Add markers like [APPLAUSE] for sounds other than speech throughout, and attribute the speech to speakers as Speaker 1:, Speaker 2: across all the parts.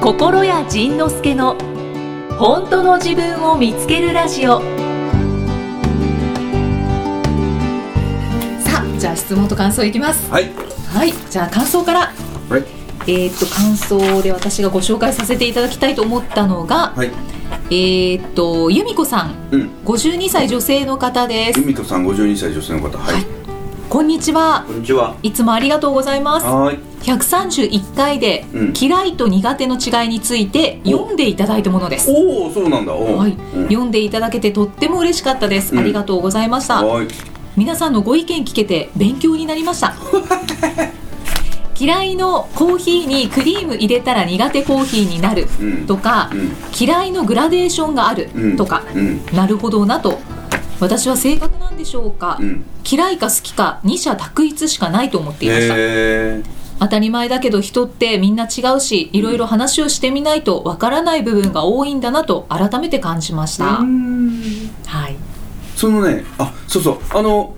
Speaker 1: 心谷仁之助の本当の自分を見つけるラジオさあじゃあ質問と感想いきます
Speaker 2: はい
Speaker 1: はいじゃあ感想から
Speaker 2: はい
Speaker 1: えーっと感想で私がご紹介させていただきたいと思ったのが、
Speaker 2: はい
Speaker 1: えーっと由美子さん
Speaker 2: うん
Speaker 1: 52歳女性の方です
Speaker 2: 由美子さん52歳女性の方はい、
Speaker 1: はいこんにちは
Speaker 2: こんにちはい
Speaker 1: つもありがとうございます
Speaker 2: はーい
Speaker 1: 131回で、
Speaker 2: うん
Speaker 1: 嫌いと苦手の違いについて
Speaker 2: お
Speaker 1: 読んでいただいたものです
Speaker 2: おおそうなんだおー
Speaker 1: はい、
Speaker 2: うん
Speaker 1: 読んでいただけてとっても嬉しかったです、
Speaker 2: うん
Speaker 1: ありがとうございました
Speaker 2: はーい
Speaker 1: 皆さんのご意見聞けて勉強になりました
Speaker 2: [LAUGHS]
Speaker 1: 嫌いのコーヒーにクリーム入れたら苦手コーヒーになる
Speaker 2: うん
Speaker 1: とか、嫌いのグラデーションがある
Speaker 2: うん
Speaker 1: とか、
Speaker 2: うん
Speaker 1: なるほどなと私は性格なんでしょうか、
Speaker 2: うん
Speaker 1: 嫌いか好きか二者択一しかないと思っていました、
Speaker 2: へえ
Speaker 1: 当たり前だけど人ってみんな違うしいろいろ話をしてみないとわからない部分が多いんだなと改めて感じました、はい
Speaker 2: そのねあそうそうあの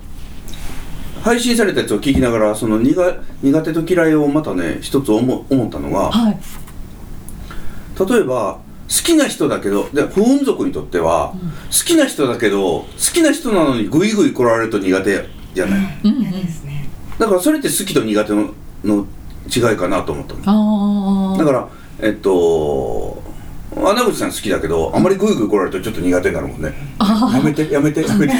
Speaker 2: 配信されたやつを聞きながらその苦苦手と嫌いをまたね一つ思思ったのが
Speaker 1: はい
Speaker 2: 例えば好きな人だけどで不運族にとっては、
Speaker 1: ん
Speaker 2: 好きな人だけど好きな人なのにグイグイ来られると苦手じゃない、
Speaker 1: うんうん
Speaker 3: 嫌ですね。
Speaker 2: だからそれって好きと苦手のの違いかなと思ったの
Speaker 1: あ
Speaker 2: だからえっと穴口さん好きだけどあまりグイグイ来られるとちょっと苦手になるもんねやめてやめてや
Speaker 1: [LAUGHS]
Speaker 2: めて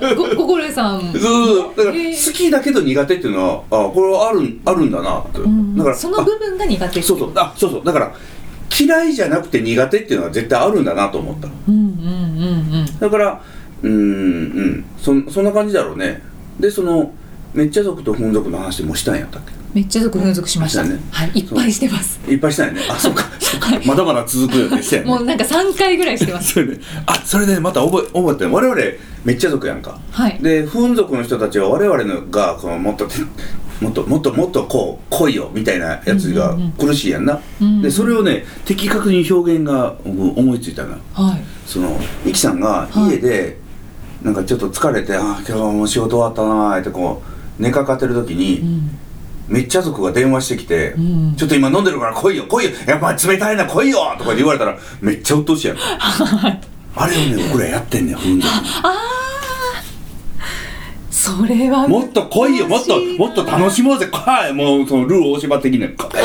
Speaker 1: あご心得さん
Speaker 2: [LAUGHS] そうそうそうだから
Speaker 1: へえ
Speaker 2: 好きだけど苦手っていうのはあこれはあるあるんだなと、
Speaker 1: うん
Speaker 2: だから
Speaker 1: その部分が苦手
Speaker 2: あそうそうあそうそうだから嫌いじゃなくて苦手っていうのは絶対あるんだなと思った
Speaker 1: うんうんうんうん
Speaker 2: だからうーんうんそんそんな感じだろうねでそのめっちゃ族と本族の話もしたんやったっ
Speaker 1: めっちゃ続分属しました、
Speaker 2: そうだね
Speaker 1: はいいっぱいしてます
Speaker 2: けいっぱいしたんやねあそうかそうかまだまだ続くよねしたよね
Speaker 1: もうなんか三回ぐらいしてます
Speaker 2: それであそれでまた覚え覚えてる我々めっちゃ族やんか
Speaker 1: はい
Speaker 2: でフン族の人たちは我々のがこのもっとてもっともっともっとこう来いよみたいなやつが
Speaker 1: うんうんうん
Speaker 2: 苦しいやんな、
Speaker 1: うん
Speaker 2: でそれをね的確に表現が僕思いついたな
Speaker 1: はい
Speaker 2: そのイキさんが
Speaker 1: はい
Speaker 2: 家でなんかちょっと疲れて「ああ今日はもう仕事終わったな」ってこう寝かかってる時
Speaker 1: う
Speaker 2: に、
Speaker 1: ん
Speaker 2: めっちゃ族が電話してきて「
Speaker 1: うん
Speaker 2: ちょっと今飲んでるから来いよ来いよやっぱ冷たいな来いよ」とか言われたらめっちゃ鬱
Speaker 1: [LAUGHS]
Speaker 2: 陶しいやんかあれをね僕らやってんねん踏んで
Speaker 1: それは
Speaker 2: もっと来いよもっと
Speaker 1: 難しいな
Speaker 2: もっと楽しもうぜ来いもうそのルー大芝的な来いよ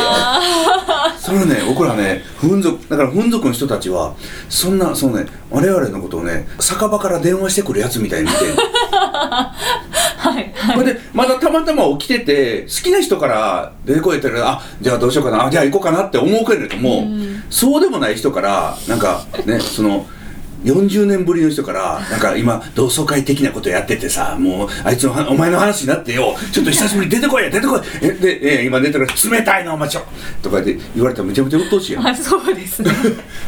Speaker 2: [LAUGHS] それね僕らねフン族だからフン族の人たちはそんなそのね我々のことをね酒場から電話してくるやつみたいに見てる
Speaker 1: はい
Speaker 2: それでまだたまたま起きてて好きな人から出てこいって言ったらあじゃあどうしようかなあじゃあ行こうかなって思うけれども、
Speaker 1: うん
Speaker 2: そうでもない人からなんかねその40年ぶりの人からなんか今同窓会的なことやっててさもうあいつの話お前の話になってよちょっと久しぶりに出てこいや出てこいえでえ今出てる冷たいなお前ちょとかって言われたらめちゃめちゃ鬱陶しいやん
Speaker 1: あそうです
Speaker 2: [LAUGHS]
Speaker 1: ね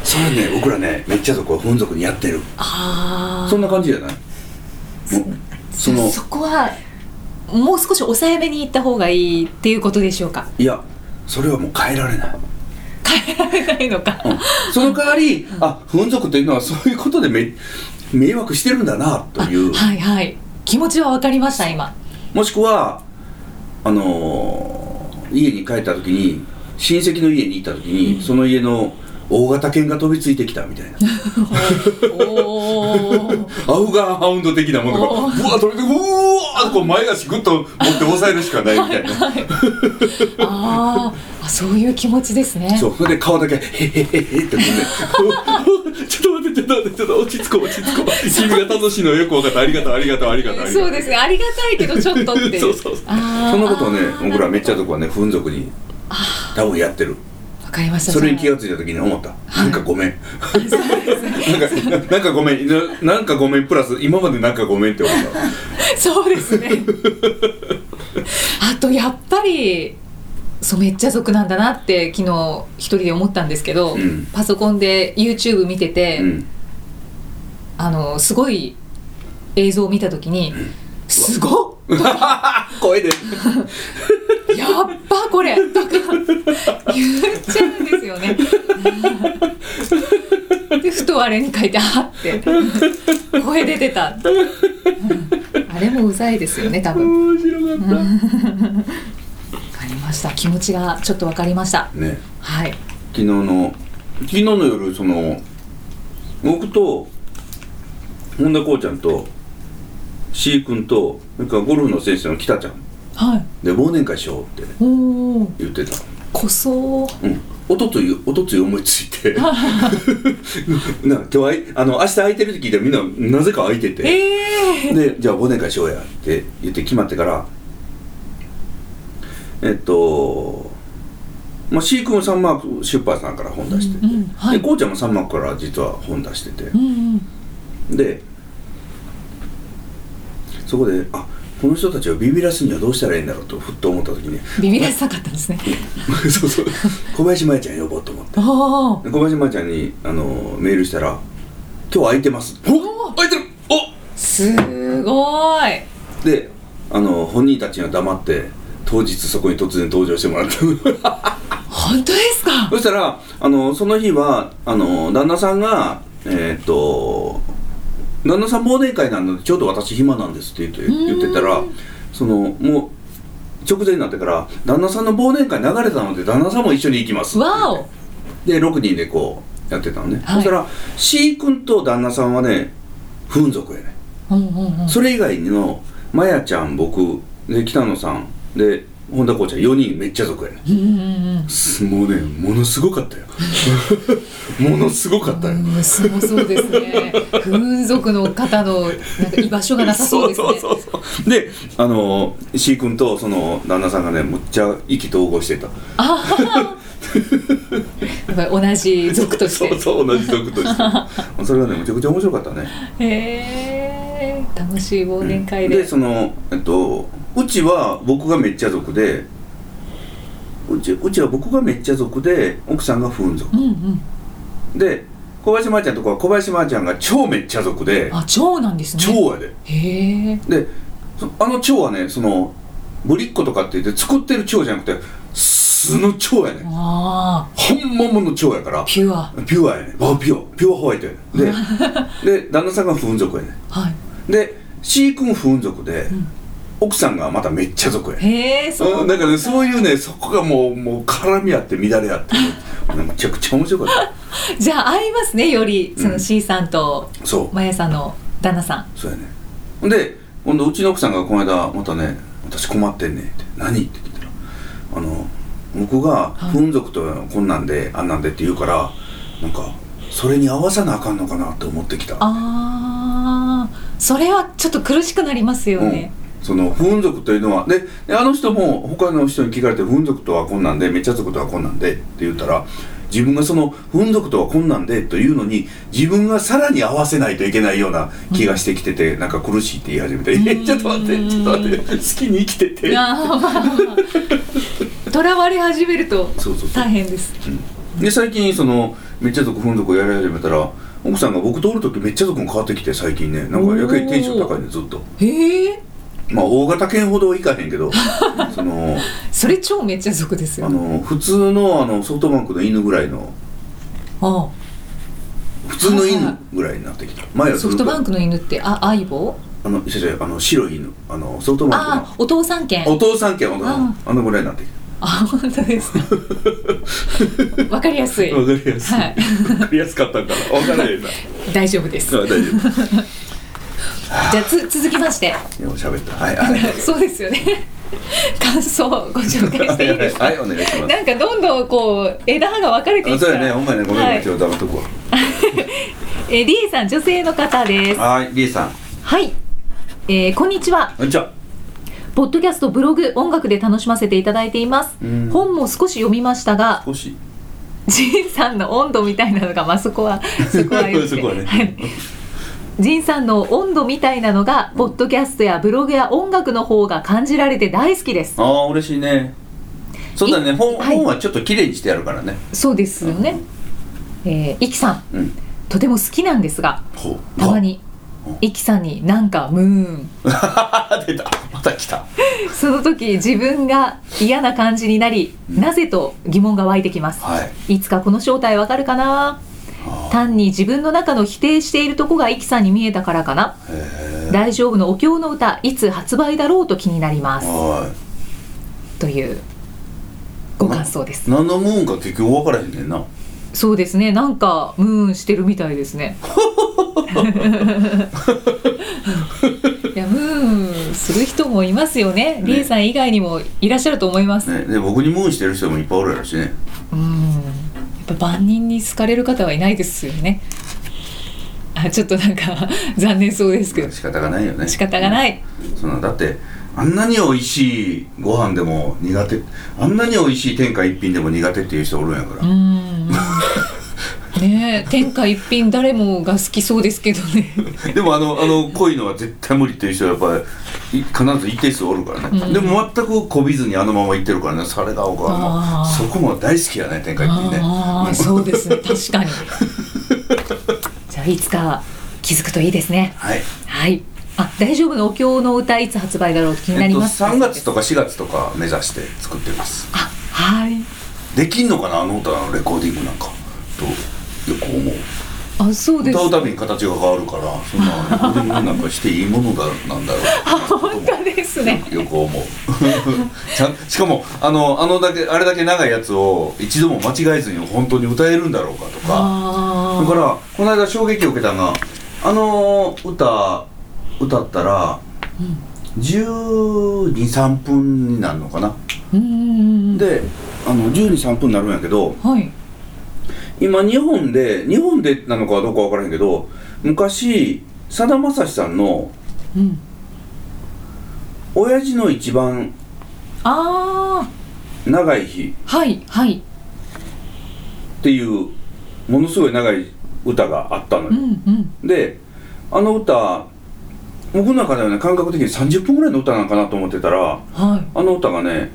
Speaker 2: それね僕らねめっちゃそこ本族にやってる
Speaker 1: あ
Speaker 2: そんな感じじゃないもうその
Speaker 1: あそこはもう少し抑えめに行った方がいいっていうことでしょう
Speaker 2: [LAUGHS]
Speaker 1: か
Speaker 2: いやそれはもう変えられない
Speaker 1: 変えられないのか、
Speaker 2: その代わり、あ、不運族というのはそういうことでめ迷惑してるんだなという、
Speaker 1: はいはい気持ちは分かりました
Speaker 2: [LAUGHS]
Speaker 1: 今
Speaker 2: もしくは、あのー家に帰った時に、親戚の家に行った時に、その家の大型犬が飛びついてきたみたい [LAUGHS] な、
Speaker 1: おー
Speaker 2: アフガンハウンド的なものが、う
Speaker 1: お
Speaker 2: わ、飛びついて、うわーこう前足ぐっと持って押さえるしかないみたいな。
Speaker 1: あーあそういう気持ちですね
Speaker 2: そう、それで顔だけ、へへへへって飛んで、 [LAUGHS] ちょっと待って、ちょっと待って、ちょっと落ち着こう、落ち着こう。 [LAUGHS] 君が楽しいのよく分かった、ありがとう、ありがとう、ありがとう。ありがと
Speaker 1: そうですねありがたいけどちょっとって
Speaker 2: [LAUGHS] そうそうそう
Speaker 1: あー
Speaker 2: そんなことをね
Speaker 1: あー
Speaker 2: 僕らめっちゃ族はね風俗に多分やってる
Speaker 1: わかりました
Speaker 2: それに気
Speaker 1: じゃ
Speaker 2: がついた時に思ったなんかごめんなんかなんかごめんななんかごめんプラス今までなんかごめんって思った
Speaker 1: あ [LAUGHS] そうですねあとやっぱりそうめっちゃ族なんだなって昨日一人で思ったんですけど、
Speaker 2: うん
Speaker 1: パソコンで YouTube 見てて、
Speaker 2: うん
Speaker 1: あのすごい映像を見た時に「すごっ!」
Speaker 2: 声で
Speaker 1: やっばこれとか言っちゃうんですよね。でふとあれに書いてあって声出てた、うんあれもうざいですよね多分わ
Speaker 2: 面白かっ
Speaker 1: かりました気持ちがちょっとわかりました
Speaker 2: たね
Speaker 1: はい
Speaker 2: 昨日の昨日の夜その僕と本田こうちゃんと C 君とそれからゴルフの先生の北ちゃん
Speaker 1: はい
Speaker 2: で忘年会しようって
Speaker 1: おお
Speaker 2: 言ってた
Speaker 1: こそ
Speaker 2: うんおとといおとつい思いつい
Speaker 1: [LAUGHS]
Speaker 2: てなんか今日あいあの明日空いてるって聞いたらみんななぜか空いてて
Speaker 1: ええ
Speaker 2: でじゃあ忘年会しようやって言って決まってからえっとまあ C 君はサンマーク出版さんから本出してて、
Speaker 1: うんうんはい
Speaker 2: でこうちゃんもサンマークから実は本出してて
Speaker 1: う、んうん
Speaker 2: でそこであこの人たちをビビらすにはどうしたらいいんだろうとふっと思った時
Speaker 1: [LAUGHS]
Speaker 2: に
Speaker 1: ビビらせなかったんですね
Speaker 2: そうそう小林麻衣ちゃん呼ぼうと思って
Speaker 1: ああ
Speaker 2: で小林麻衣ちゃんにあのメールしたら「今日空いてます」お空いてるお
Speaker 1: すごい
Speaker 2: であの本人たちには黙って当日そこに突然登場してもらった
Speaker 1: [LAUGHS] 本当ですか
Speaker 2: そしたらあのその日はあの旦那さんがえーっと旦那さん忘年会なのでちょうど私暇なんですって言って
Speaker 1: うん
Speaker 2: 言ってたらそのもう直前になってから旦那さんの忘年会流れたので旦那さんも一緒に行きますって言って
Speaker 1: わお
Speaker 2: で6人でこうやってたのね、
Speaker 1: はい
Speaker 2: そしたら C 君と旦那さんはね風俗やね
Speaker 1: うんうんうん
Speaker 2: それ以外のまやちゃん僕で北野さんで本田こうちゃん4人めっちゃ族やね
Speaker 1: うんうんうん
Speaker 2: すもうねものすごかったよ [LAUGHS] ものすごかったよ
Speaker 1: うん、すごそうですね。風俗の方のなんか居場所がなさそうですね。
Speaker 2: そうそうそうそうであの C 君とその旦那さんがねむっちゃ意気投合してた
Speaker 1: [LAUGHS] やっぱり同じ族とし
Speaker 2: そう
Speaker 1: て。
Speaker 2: そう同じ族と
Speaker 1: [LAUGHS]
Speaker 2: してそれがねむちゃくちゃ面白かったね
Speaker 1: へえ楽しい忘年会
Speaker 2: で
Speaker 1: で。
Speaker 2: そのえっとうちは僕がめっちゃ族でうちうちは僕がめっちゃ族で奥さんが風俗
Speaker 1: うんうん。
Speaker 2: で小林麻衣ちゃんのとこは小林麻衣ちゃんが超めっちゃ族で
Speaker 1: あ長なんですね。
Speaker 2: 超やで
Speaker 1: へえ。
Speaker 2: でそあの超はねそのぶりっ子とかって言って作ってる超じゃなくて素の超やね
Speaker 1: あ
Speaker 2: 本物の超やから
Speaker 1: あピュア。
Speaker 2: ピュアやねあピュアピュアホワイトやね
Speaker 1: [LAUGHS]
Speaker 2: でで旦那さんが風俗やね
Speaker 1: はい。
Speaker 2: で C 君風俗で、
Speaker 1: ん
Speaker 2: 奥さんがまためっちゃ族やね
Speaker 1: へえそう。
Speaker 2: うんなんかねそういうねそこがもうもう絡み合って乱れ合ってめちゃくちゃ面白かっ
Speaker 1: じゃあ合いますねよりそうの
Speaker 2: ん
Speaker 1: C さんと
Speaker 2: たそう
Speaker 1: まやさんの旦那さん。
Speaker 2: そうやねほんで今度うちの奥さんがこの間またね「私困ってんねん」って「何?」って聞いたら「あの僕が
Speaker 1: はい
Speaker 2: 風俗とこんなんであんなんで」って言うからなんかそれに合わさなあかんのかなって思ってきた
Speaker 1: ああそれはちょっと苦しくなりますよね。
Speaker 2: うん、その風俗というのはでであの人も他の人に聞かれて「風俗とはこんなんでめっちゃ族とはこんなんで」って言ったら自分がその「風俗とはこんなんで」というのに自分がさらに合わせないといけないような気がしてきてて、なんか苦しいって言い始めて「
Speaker 1: ん
Speaker 2: えちょっと待ってちょっと待って好きに生きて
Speaker 1: [LAUGHS]
Speaker 2: て」
Speaker 1: ああまあまあ。とらわれ始めると
Speaker 2: そうそうそう
Speaker 1: 大変です。
Speaker 2: で最近そのめっちゃ族風俗をやり始めたら奥さんが僕とおる時めっちゃ族も変わってきて最近ねなんかやけにテンション高いねずっと。
Speaker 1: へえ。
Speaker 2: まあ大型犬ほどいかへんけどその
Speaker 1: それ超めっちゃ族ですよ。
Speaker 2: あの普通のあのソフトバンクの犬ぐらいの
Speaker 1: あ
Speaker 2: 普通の
Speaker 1: はいは
Speaker 2: 犬
Speaker 1: い
Speaker 2: ぐらいになってきた前
Speaker 1: あ
Speaker 2: は
Speaker 1: ソフトバンクの犬ってあ相棒？
Speaker 2: あの先生あの白い犬あのソフトバン
Speaker 1: ああお父さん犬
Speaker 2: クのお。父さん犬の
Speaker 1: あ
Speaker 2: あのぐらいになってき
Speaker 1: あ本当です
Speaker 2: [LAUGHS]
Speaker 1: か。わかりやすい
Speaker 2: た。わかりやすい、
Speaker 1: はい
Speaker 2: わかりやすかったんからわからへんな
Speaker 1: 大丈夫です。
Speaker 2: [LAUGHS] そう大丈夫
Speaker 1: じゃあつ続きまして。
Speaker 2: でも喋ったはいはいは
Speaker 1: そうですよね。感想をご紹介していい
Speaker 2: いは
Speaker 1: で
Speaker 2: い
Speaker 1: すか。
Speaker 2: はいお願いします
Speaker 1: なんかどんどんこう枝葉が分かれてい
Speaker 2: あ
Speaker 1: くか
Speaker 2: そう
Speaker 1: ら。
Speaker 2: やねほんまやねごめん
Speaker 1: は
Speaker 2: ね
Speaker 1: い
Speaker 2: ち。ょっと黙っとくわ
Speaker 1: えー、リエさん女性の方です。
Speaker 2: はいリエさん
Speaker 1: はい。えー、こんにちは。
Speaker 2: こんにちは
Speaker 1: ポッドキャスト、ブログ、音楽で楽しませていただいています
Speaker 2: うん。
Speaker 1: 本も少し読みましたが、
Speaker 2: 少し
Speaker 1: ジンさんの温度みたいなのが、まあ、そこは、 [LAUGHS] そこはよく
Speaker 2: そ
Speaker 1: て
Speaker 2: こはね
Speaker 1: い。ジンさんの温度みたいなのが、ポッドキャストやブログや音楽の方が感じられて大好きです。
Speaker 2: ああ嬉しいねそうだ
Speaker 1: い
Speaker 2: ね本,、
Speaker 1: はい
Speaker 2: 本はちょっと綺麗にしてやるからね
Speaker 1: そうですよね。えー、イキさん、
Speaker 2: うん
Speaker 1: とても好きなんですが、
Speaker 2: ほう
Speaker 1: たまに、イキさんになんかムーン。
Speaker 2: あ [LAUGHS] 出たまた来た
Speaker 1: その時、自分が嫌な感じになり、なぜと疑問が湧いてきます。
Speaker 2: はい
Speaker 1: いつかこの正体わかるかな
Speaker 2: あ
Speaker 1: 単に自分の中の否定しているとこがイキさんに見えたからかな
Speaker 2: へえ
Speaker 1: 大丈夫のお経の歌いつ発売だろうと気になります
Speaker 2: は
Speaker 1: というご感想です
Speaker 2: 何のムーンか結局分からへんねんな
Speaker 1: そうですねなんかムーンしてるみたいです
Speaker 2: [LAUGHS]
Speaker 1: ねいやムーンする人もいますよねリエさん以外にもいらっしゃると思います、
Speaker 2: ねで僕にムーンしてる人もいっぱいおるやろしね
Speaker 1: うんやっぱ万人に好かれる方はいないですよねあちょっとなんか残念そうですけど
Speaker 2: 仕方がないよね
Speaker 1: 仕方がないい
Speaker 2: そんなだってあんなに美味しいご飯でも苦手あんなに美味しい天下一品でも苦手っていう人おるんやから、
Speaker 1: うんねえ天下一品誰もが好きそうですけどね
Speaker 2: でもあのあの濃いのは絶対無理っていう人はやっぱりい必ず一定数おるからね、
Speaker 1: うん
Speaker 2: でも全くこびずにあのままいってるからねそれが僕はも
Speaker 1: あ
Speaker 2: う
Speaker 1: ー
Speaker 2: そこも大好きやね天下一品ね
Speaker 1: ああそうですね確かにじゃあいつか気づくといいですね
Speaker 2: はい
Speaker 1: はいあ大丈夫のお経の歌いつ発売だろう気にな
Speaker 2: えっ
Speaker 1: り
Speaker 2: と、
Speaker 1: ます、
Speaker 2: 3月とか4月とか目指して作ってます
Speaker 1: あはい
Speaker 2: できんのかなあの歌のレコーディングなんかとよく思う
Speaker 1: あそうです
Speaker 2: 歌うたびに形が変わるからそんなレコーディングなんかしていいものだな
Speaker 1: [LAUGHS]
Speaker 2: んだろうあ
Speaker 1: 本当ですね
Speaker 2: よく思う [LAUGHS] ちゃんしかもあのあのだけあれだけ長いやつを一度も間違えずに本当に歌えるんだろうかとか
Speaker 1: あ
Speaker 2: だ
Speaker 1: ー
Speaker 2: からこの間衝撃を受けたのがあの歌歌ったら1 2 3分になるのかな
Speaker 1: うんうんうん
Speaker 2: であの1 2 3分になるんやけど
Speaker 1: はい
Speaker 2: 今日本で日本でなのかどうか分からへんけど昔さだまさしさんの
Speaker 1: うん
Speaker 2: 「親父の一番
Speaker 1: あ
Speaker 2: 長い日」
Speaker 1: あはいはい
Speaker 2: っていうものすごい長い歌があったの
Speaker 1: う
Speaker 2: よ、
Speaker 1: んうん
Speaker 2: であの歌僕の中ではね感覚的に30分ぐらいの歌なんかなと思ってたら
Speaker 1: はい
Speaker 2: あの歌がね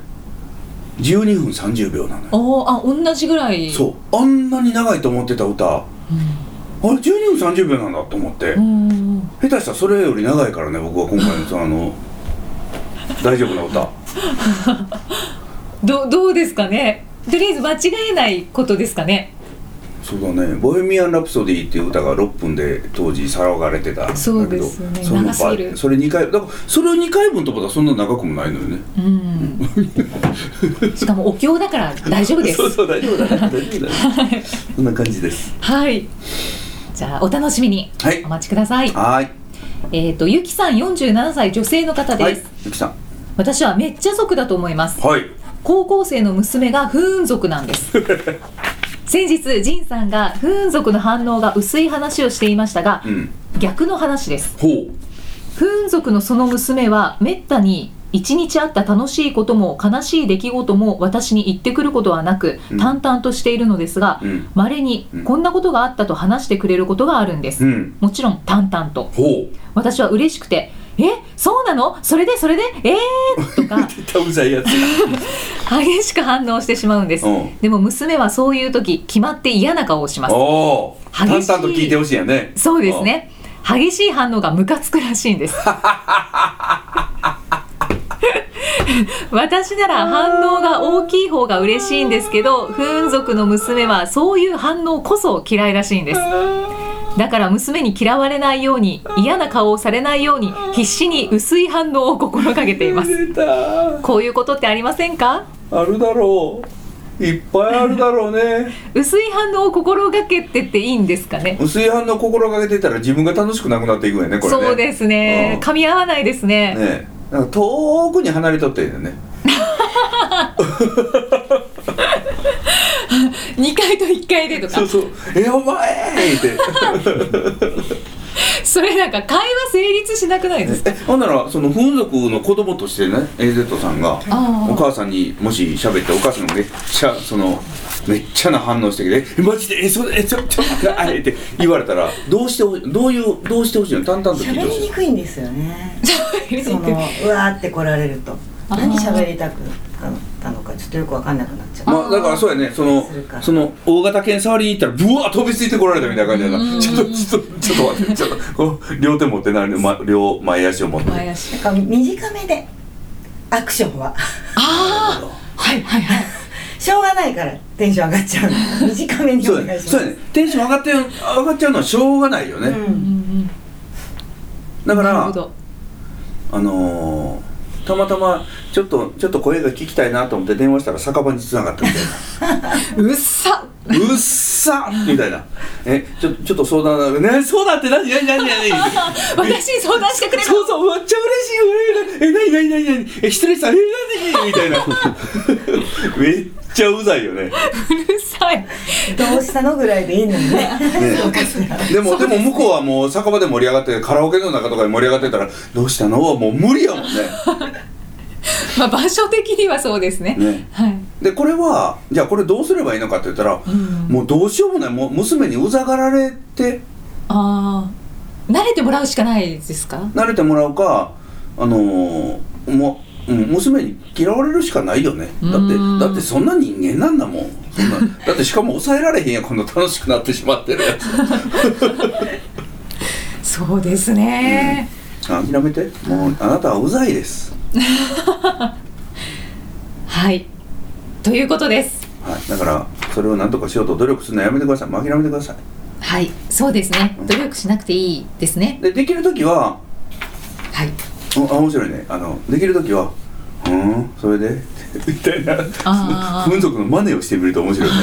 Speaker 2: 12分30秒なのよ
Speaker 1: おーあ同じぐらい
Speaker 2: そうあんなに長いと思ってた歌あ
Speaker 1: うん
Speaker 2: れ12分30秒なんだと思って、
Speaker 1: うんうんうん
Speaker 2: 下手したらそれより長いからね僕は今回のそのあの大丈夫な歌
Speaker 1: どどうですかねとりあえず間違えないことですかね
Speaker 2: そうだね「ボヘミアン・ラプソディ」っていう歌が6分で当時騒がれてたんだけど
Speaker 1: そうですよね
Speaker 2: その
Speaker 1: 長すぎる
Speaker 2: それ2回だからそれを2回分とかだそんな長くもないのよね
Speaker 1: うんしかもお経だから大丈夫です
Speaker 2: そうそう大丈
Speaker 1: [LAUGHS]
Speaker 2: 夫だね大丈夫だねそんな感じです
Speaker 1: はいじゃあお楽しみに
Speaker 2: はい
Speaker 1: お待ちください、
Speaker 2: はーい
Speaker 1: えっ、とゆきさん47歳女性の方です、
Speaker 2: はいゆきさん
Speaker 1: 私はめっちゃ族だと思います
Speaker 2: はい
Speaker 1: 高校生の娘が不運族なんです
Speaker 2: [LAUGHS]
Speaker 1: 先日仁さんが不運族の反応が薄い話をしていましたが
Speaker 2: うん
Speaker 1: 逆の話です
Speaker 2: ほう
Speaker 1: 不運族のその娘はめったに一日あった楽しいことも悲しい出来事も私に言ってくることはなく
Speaker 2: うん
Speaker 1: 淡々としているのですが
Speaker 2: うん
Speaker 1: まれに
Speaker 2: うん
Speaker 1: こんなことがあったと話してくれることがあるんです、
Speaker 2: うん
Speaker 1: もちろん淡々と
Speaker 2: ほう
Speaker 1: 私は嬉しくて「えそうなのそれでそれでえー!」と
Speaker 2: [LAUGHS]
Speaker 1: か
Speaker 2: 絶対うざいやつ
Speaker 1: 激しく反応してしまうんです、
Speaker 2: うん
Speaker 1: でも娘はそういう時決まって嫌な顔をします
Speaker 2: おお淡
Speaker 1: 激
Speaker 2: 々
Speaker 1: しい
Speaker 2: と聞いてほしいよね
Speaker 1: そうですね激しい反応がムカつくらしいんです私なら反応が大きい方が嬉しいんですけど不運族の娘はそういう反応こそ嫌いらしいんですだから娘に嫌われないように嫌な顔をされないように必死に薄い反応を心がけています
Speaker 2: 出た
Speaker 1: こういうことってありませんか
Speaker 2: あるだろういっぱいあるだろ
Speaker 1: [LAUGHS]
Speaker 2: うね
Speaker 1: 薄い反応を心がけてっていいんですかね
Speaker 2: 薄い反応心がけてたら自分が楽しくなくなっていくよねこれね
Speaker 1: そうですね、
Speaker 2: うん
Speaker 1: 噛み合わないですね
Speaker 2: ねえなんか遠くに離れとってるよね
Speaker 1: 2回と1回でとか
Speaker 2: そうそう「えお前!」って [LAUGHS]
Speaker 1: [LAUGHS] それなんか会話成立しなくないですか
Speaker 2: えほんならその風俗の子供としてね AZ さんが
Speaker 1: あー
Speaker 2: お母さんにもし喋ってお母さんがめっちゃそのめっちゃな反応してきて「えマジでえそれえちょちょ待ってあれ」って言われたらどうしてほどういうどうしてほしいの淡々と聞いて
Speaker 3: 喋
Speaker 2: ほ
Speaker 3: り
Speaker 2: しい
Speaker 3: にくいんですよねそのうわ
Speaker 1: あ
Speaker 3: ーって来られると
Speaker 1: あー
Speaker 3: 何喋りたくなったのかちょっとよくわかんなくなっちゃう
Speaker 2: まあだからそうやねその
Speaker 3: するから
Speaker 2: その大型犬触りに行ったらブワー飛びついてこられたみたいな感じや
Speaker 1: うんうんう
Speaker 2: なんちょっとちょっとちょっと待ってちょっとこう両手持ってないで、ま、両前足を持って
Speaker 1: 前足
Speaker 3: なんか短めでアクションは
Speaker 1: あーはいはいはい
Speaker 3: しょうがないからテンション上がっちゃうの短めにお
Speaker 2: そう
Speaker 3: 願
Speaker 2: や
Speaker 3: いし
Speaker 2: ねそ
Speaker 3: ます
Speaker 2: うやねテンション上がってる上がっちゃうのはしょうがないよね、
Speaker 3: うん
Speaker 1: うんうん
Speaker 2: だか
Speaker 1: なる
Speaker 2: ら
Speaker 1: ほど
Speaker 2: あのーたまたまちょっとちょっと声が聞きたいなと思って電話したら酒場に繋がったみたいな
Speaker 1: うっさ
Speaker 2: うっさみたいな。え、ちょ、ちょっと相談だ。ね、相談って何、何、何、何、何。
Speaker 1: 私に相談してくれ
Speaker 2: そうそう、めっちゃ嬉しい。え、何、何、何、何。え、失礼した。え、何、みたい [LAUGHS] な。めっちゃうざいよね。
Speaker 1: うるさい
Speaker 3: どうしたのぐらいでいいのにね。
Speaker 2: でも、でも、向こうはもう酒場で盛り上がって、カラオケの中とかで盛り上がってたら。どうしたのはもう無理 [LAUGHS] やもんね。
Speaker 1: まあ場所的にはそうですね
Speaker 2: ね
Speaker 1: はい
Speaker 2: で、これは、じゃ、あこれどうすればいいのかって言ったら。
Speaker 1: ん
Speaker 2: もうどうしようもない、もう娘にうざがられて。
Speaker 1: ああ慣れてもらうしかないですか
Speaker 2: 慣れてもらうかあのーもうん娘に嫌われるしかないよねだっ
Speaker 1: うーん
Speaker 2: てだってそんな人間なんだもんそんな [LAUGHS] だってしかも抑えられへんやんこんな楽しくなってしま
Speaker 1: [LAUGHS]
Speaker 2: ってるや
Speaker 1: そうですね、
Speaker 2: つ諦めてもうあなたはうざいです、
Speaker 1: はいということです
Speaker 2: はい、だからそれを何とかしようと努力するのやめてくださいもう諦めてください
Speaker 1: はいそうですね努力しなくていいですね
Speaker 2: でできる時は
Speaker 1: はい
Speaker 2: うんあ面白いねあのできる時は「うーんそれで?」 [LAUGHS] みたいな
Speaker 1: あー
Speaker 2: 風俗の真似をしてみると面白
Speaker 1: [LAUGHS]
Speaker 2: いね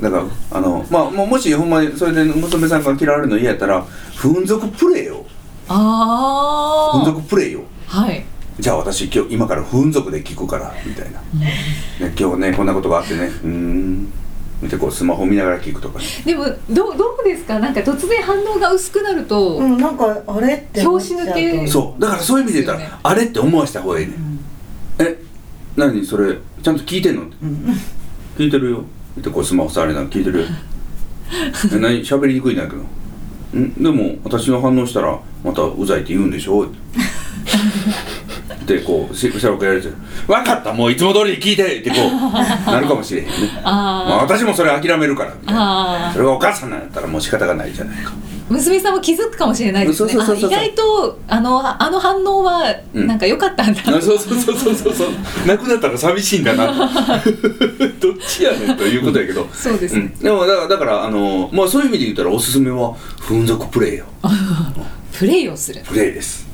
Speaker 2: だからあのまあもうもしほんまにそれで娘さんが嫌われるの嫌やったら「風俗プレイよ
Speaker 1: ああ
Speaker 2: 風俗プレイよ
Speaker 1: はい
Speaker 2: じゃあ私今日今から風俗で聞くから」みたいな、ね「今日ねこんなことがあってねうーん」見てこうスマホ見ながら聞くとかね
Speaker 1: でもどうどうですかなんか突然反応が薄くなると、
Speaker 3: うん、なんかあれって思っちゃうと思う。
Speaker 1: 拍子抜け
Speaker 2: そうだからそういう意味で言っ
Speaker 1: そ
Speaker 2: た
Speaker 1: うですよね
Speaker 2: ら「あれ?」って思わせた方がいいね「え何それちゃんと聞いてんの?」
Speaker 3: うん
Speaker 2: 聞いてるよ」ってこうスマホ触りながら聞いて [LAUGHS] るよえ何喋りにくいんだけどんでも私が反応したらまたうざいって言うんでしょってこうししゃべられて「分かったもういつも通りに聞いて」って [LAUGHS] こうなるかもしれへんねまあ
Speaker 1: あ
Speaker 2: 私もそれ諦めるからみたいな
Speaker 1: あ
Speaker 2: それがお母さんなんやったらもう仕方がないじゃないか
Speaker 1: ー娘さんも気づくかもしれないですね
Speaker 2: そうそうそうそう
Speaker 1: あ意外とあのあの反応は
Speaker 2: うん
Speaker 1: なんか良かったんだ、
Speaker 2: あ [LAUGHS] そうそうそうそうそうそうなくなったら寂しいん [LAUGHS] だなどっちやねんということやけど
Speaker 1: そうです
Speaker 2: う
Speaker 1: ね、
Speaker 2: ん、でもだからだからあのまあそういう意味で言ったらおすすめは風俗プレイよ
Speaker 1: プレイをする
Speaker 2: プレイです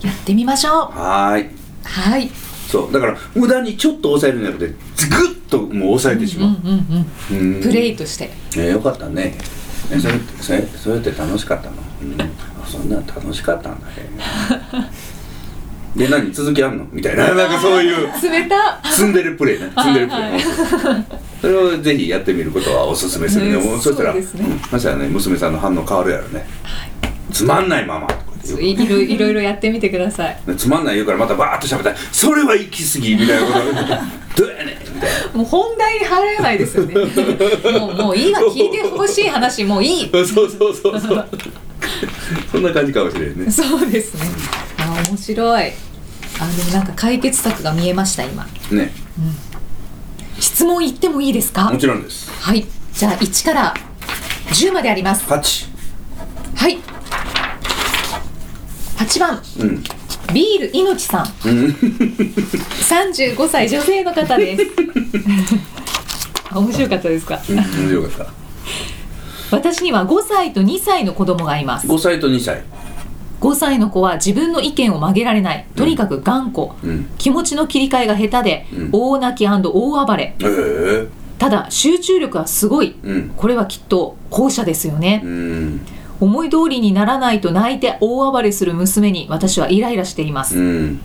Speaker 1: やってみましょ
Speaker 2: はーいう
Speaker 1: はい
Speaker 2: そうだから無駄にちょっと抑えるんじゃなくてグッともう抑えてし
Speaker 1: うんう
Speaker 2: ま
Speaker 1: ん
Speaker 2: う、
Speaker 1: うんプレ
Speaker 2: イ、
Speaker 1: イとして
Speaker 2: えよかったねえそれそれそれって楽しかったの、うん、あそんなん楽しかったんだね
Speaker 1: [LAUGHS]
Speaker 2: で何続きあんのみたいななんかそういう
Speaker 1: 冷た
Speaker 2: 積んでるプレイね積んでるプレイ、それをぜひやってみることはおすすめするね、
Speaker 1: うん
Speaker 2: もうそしたら
Speaker 1: そうですね
Speaker 2: んそしたらね娘さんの反応変わるやろね、つまんないままとか言う
Speaker 1: いいろいろいろやってみてください
Speaker 2: でつまんない言うからまたバーッと喋ったら「それは行き過ぎ」みたいな [LAUGHS] こと「どうやねん」みたい
Speaker 1: もう本題に入れないですよ
Speaker 2: [LAUGHS]
Speaker 1: ねもうもういいわ聞いてほしい話もういい
Speaker 2: なそうそうそうそうそんな感じかもしれんね
Speaker 1: そうですねあ面白いあでもなんか解決策が見えました今
Speaker 2: ね
Speaker 1: 質問言ってもいいですか
Speaker 2: もちろんです
Speaker 1: はいじゃあ1から10まであります
Speaker 2: 8
Speaker 1: はい8番
Speaker 2: うん
Speaker 1: ビールいのちさん35歳女性の方です
Speaker 2: [LAUGHS]
Speaker 1: あ面白かったですか
Speaker 2: うん面白かっ
Speaker 1: 私には5歳と2歳の子供がいます
Speaker 2: た5歳と2歳
Speaker 1: 5歳の子は自分の意見を曲げられないとにかく頑固、
Speaker 2: うん
Speaker 1: 気持ちの切り替えが下手で、
Speaker 2: うん
Speaker 1: 大泣き大暴れ
Speaker 2: ええ
Speaker 1: ただ集中力はすごい、
Speaker 2: うん
Speaker 1: これはきっと後者ですよね
Speaker 2: う、ん
Speaker 1: 思い通りにならないと泣いて大暴れする娘に私はイライラしています、
Speaker 2: うん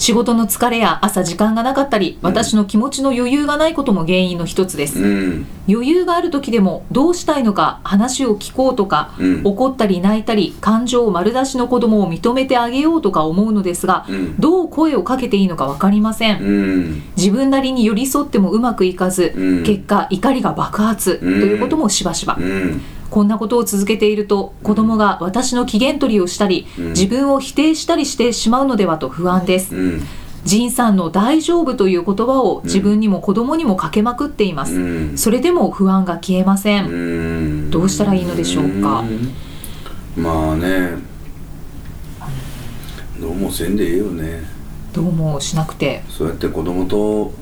Speaker 1: 仕事の疲れや朝時間がなかったり私の気持ちの余裕がないことも原因の一つです、
Speaker 2: うん
Speaker 1: 余裕がある時でもどうしたいのか話を聞こうとか、
Speaker 2: うん
Speaker 1: 怒ったり泣いたり感情を丸出しの子供を認めてあげようとか思うのですが、
Speaker 2: うん
Speaker 1: どう声をかけていいのか分かりません、
Speaker 2: うん
Speaker 1: 自分なりに寄り添ってもうまくいかず、
Speaker 2: うん
Speaker 1: 結果怒りが爆発ということもしばしば、
Speaker 2: うん
Speaker 1: こんなことを続けていると子供が私の機嫌取りをしたり、
Speaker 2: うん
Speaker 1: 自分を否定したりしてしまうのではと不安です、
Speaker 2: うん
Speaker 1: ジンさんの「大丈夫」という言葉を自分にも子供にもかけまくっています、
Speaker 2: うん
Speaker 1: それでも不安が消えません、
Speaker 2: うん
Speaker 1: どうしたらいいのでしょうか
Speaker 2: うんまあねどうもせんでええよね
Speaker 1: どうもしなくて
Speaker 2: そうやって子供と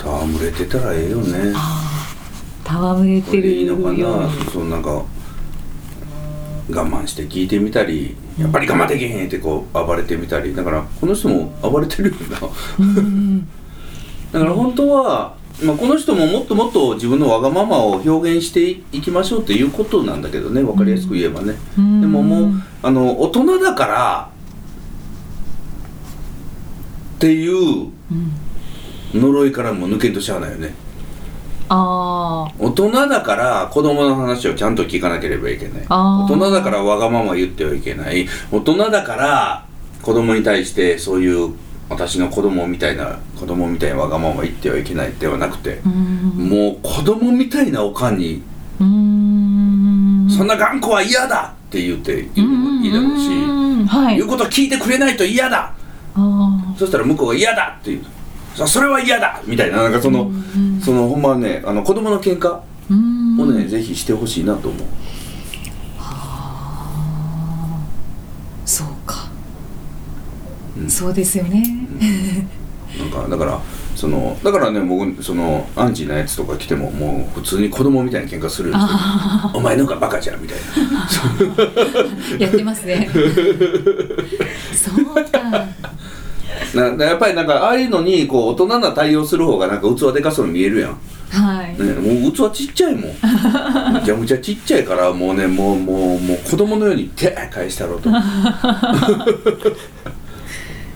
Speaker 2: 戯れてたらええよね
Speaker 1: 戯れ
Speaker 2: こ
Speaker 1: て
Speaker 2: れで
Speaker 1: る
Speaker 2: いいのか
Speaker 1: よう
Speaker 2: な
Speaker 1: に
Speaker 2: そのなんか我慢して聞いてみたりやっぱり我慢できへんってこう暴れてみたりだからこの人も暴れてるよなだから本当は、まあ、この人ももっともっと自分のわがままを表現していきましょうっていうことなんだけどね分かりやすく言えばね、
Speaker 1: うん
Speaker 2: でももうあの大人だからっていう
Speaker 1: うん
Speaker 2: 呪いからも抜けんとしゃあないよね
Speaker 1: あー
Speaker 2: 大人だから子供の話をちゃんと聞かなければいけない
Speaker 1: あ
Speaker 2: 大
Speaker 1: ー
Speaker 2: 人だからわがまま言ってはいけない大人だから子供に対してそういう私の子供みたいな子供みたいなわがまま言ってはいけないではなくて
Speaker 1: う、ん
Speaker 2: もう子供みたいなおかんに
Speaker 1: うん
Speaker 2: 「そんな頑固は嫌だ!」って言って言うのもいいだろうし
Speaker 1: うんは
Speaker 2: 「
Speaker 1: い
Speaker 2: 言うこと聞いてくれないと嫌だ!」
Speaker 1: あ
Speaker 2: そしたら向こうが「嫌だ!」って言うそそれは嫌だみたいななんかその、そのほんまねあの子供の喧嘩
Speaker 1: ーうん
Speaker 2: をね、ぜひしてほしいなと思う
Speaker 1: そうか、
Speaker 2: うん
Speaker 1: そうですよね、
Speaker 2: なんかだからそのだからね僕そのアンチなやつとか来てももう普通に子供みたいな喧嘩するようにしてるお前の方がバカじゃんみたい
Speaker 1: [LAUGHS]
Speaker 2: な
Speaker 1: やってます
Speaker 2: [LAUGHS]
Speaker 1: ねそうか
Speaker 2: ななやっぱりなんかああいうのにこう大人な対応する方がなんか器でかそうに見えるやん、
Speaker 1: はい、
Speaker 2: ね、もう器ちっち
Speaker 1: [LAUGHS]
Speaker 2: ゃいもんむちゃむちゃちっちゃいからもうねもうもうもう子供のように手返し
Speaker 1: [LAUGHS]
Speaker 2: たろうと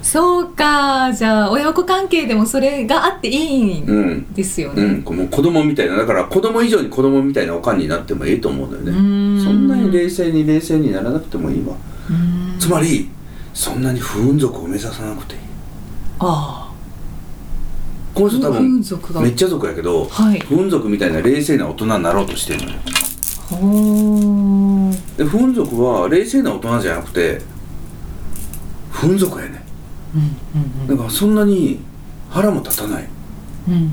Speaker 1: そうかじゃあ親子関係でもそれがあっていいん
Speaker 2: うん
Speaker 1: ですよ
Speaker 2: う
Speaker 1: ね、
Speaker 2: ん、もう子供みたいなだから子供以上に子供みたいなおかんになってもいいと思うんだよね
Speaker 1: うん
Speaker 2: そんなに冷静に冷静にならなくてもいいわ
Speaker 1: うん
Speaker 2: つまりそんなに不運族を目指さなくていい
Speaker 1: あ
Speaker 2: この人多
Speaker 1: 不運
Speaker 2: 分
Speaker 1: 族が
Speaker 2: めっちゃ族やけど、
Speaker 1: はい
Speaker 2: 不運族みたいな冷静な大人になろうとしてるのよ
Speaker 1: あほう
Speaker 2: で不運族は冷静な大人じゃなくて不運族やね
Speaker 1: うん
Speaker 2: だからそんなに腹も立たない
Speaker 1: うん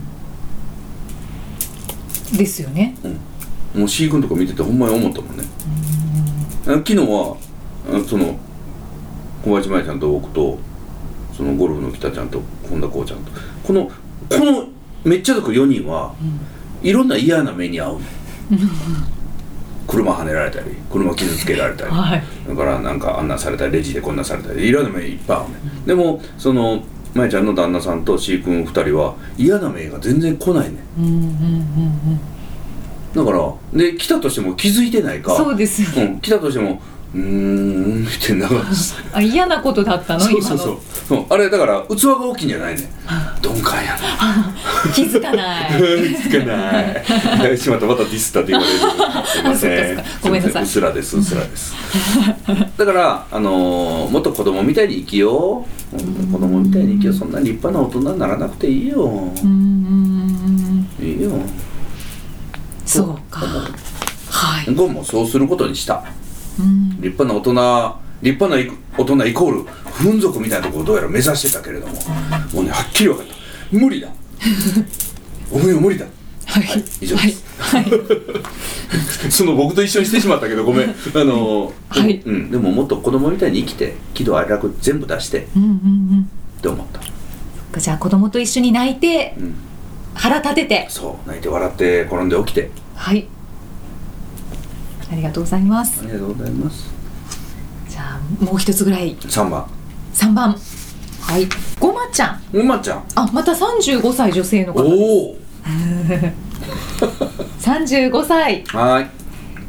Speaker 1: うんですよね
Speaker 2: もう C 君とか見ててほんまに思ったもんねあの昨日はあのその小林舞ちゃんと僕とそのゴルフの北ちゃんと本田こうちゃんとこのこのめっちゃ族4人は、いろんな嫌な目に遭うの車跳ねられたり車傷つけられたり
Speaker 1: はい
Speaker 2: だからなんかあんなんされたりレジでこんなんされたりいろんな目いっぱいあるね、でもその舞ちゃんの旦那さんと C 君2人は嫌な目が全然来ないね
Speaker 1: うんうんうん
Speaker 2: だからで来たとしても気づいてない
Speaker 1: うん
Speaker 2: か
Speaker 1: そうですよね
Speaker 2: うん、来たとしてもうーんってながら
Speaker 1: [LAUGHS] あ嫌なことだったの
Speaker 2: そうそうそう
Speaker 1: 今
Speaker 2: そうあれだから器が大きいんじ
Speaker 1: [LAUGHS]
Speaker 2: ゃないね鈍感や [LAUGHS] な
Speaker 1: の気づかない
Speaker 2: [LAUGHS] つかな
Speaker 1: [LAUGHS]
Speaker 2: いしまったまたディスったって言われるすいません
Speaker 1: そっかそっかごめんなさいう
Speaker 2: すませうすらですうすらです
Speaker 1: [LAUGHS]
Speaker 2: だからあのーもっと子供みたいに生きよううん子供みたいに生きようそんな立派な大人にならなくていいよ
Speaker 1: うんうんうん
Speaker 2: いいよ
Speaker 1: そうかはい
Speaker 2: 僕もそうすることにした
Speaker 1: うん
Speaker 2: 立派な大人立派な大人イコール不運族みたいなところをどうやら目指してたけれどももうねはっきり分かった無理だおめえは無理だ
Speaker 1: はい
Speaker 2: はい以上ですその僕と一緒にしてしまったけど [LAUGHS] ごめんあのー
Speaker 1: はい
Speaker 2: うん、でももっと子供みたいに生きて喜怒哀楽全部出して
Speaker 1: うんうんうん
Speaker 2: って思った、
Speaker 1: うんじゃあ子供と一緒に泣いて
Speaker 2: うん、
Speaker 1: 腹立てて
Speaker 2: そう泣いて笑って転んで起きて
Speaker 1: はいありがとうございま
Speaker 2: あ
Speaker 1: す
Speaker 2: りがとうございます
Speaker 1: じゃあもう一つぐらい
Speaker 2: 3番
Speaker 1: 三番はいごまちゃん
Speaker 2: うまちゃん
Speaker 1: あまた三十五歳女性の
Speaker 2: お
Speaker 1: 方
Speaker 2: お
Speaker 1: 三十五歳
Speaker 2: はーい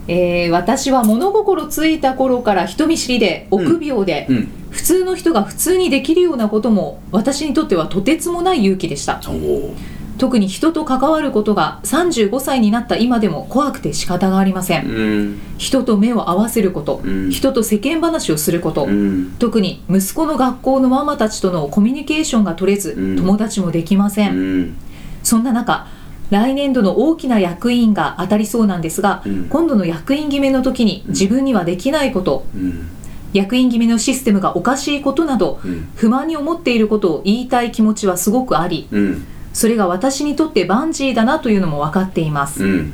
Speaker 1: えー私は物心ついた頃から人見知りで臆病で、
Speaker 2: うん
Speaker 1: 普通の人が普通にできるようなことも私にとってはとてつもない勇気でした
Speaker 2: おお
Speaker 1: 特に人と関わることが35歳になった今でも怖くて仕方がありませ
Speaker 2: うんん
Speaker 1: 人と目を合わせること、
Speaker 2: うん
Speaker 1: 人と世間話をすること、
Speaker 2: うん
Speaker 1: 特に息子の学校のママたちとのコミュニケーションが取れず、
Speaker 2: うん
Speaker 1: 友達もできませ、
Speaker 2: うんん
Speaker 1: そんな中来年度の大きな役員が当たりそうなんですが、
Speaker 2: うん
Speaker 1: 今度の役員決めの時に自分にはできないこと、
Speaker 2: うん
Speaker 1: 役員決めのシステムがおかしいことなど、
Speaker 2: うん
Speaker 1: 不満に思っていることを言いたい気持ちはすごくあり
Speaker 2: うん
Speaker 1: それが私にとってバンジーだなというのも分かっています、
Speaker 2: うん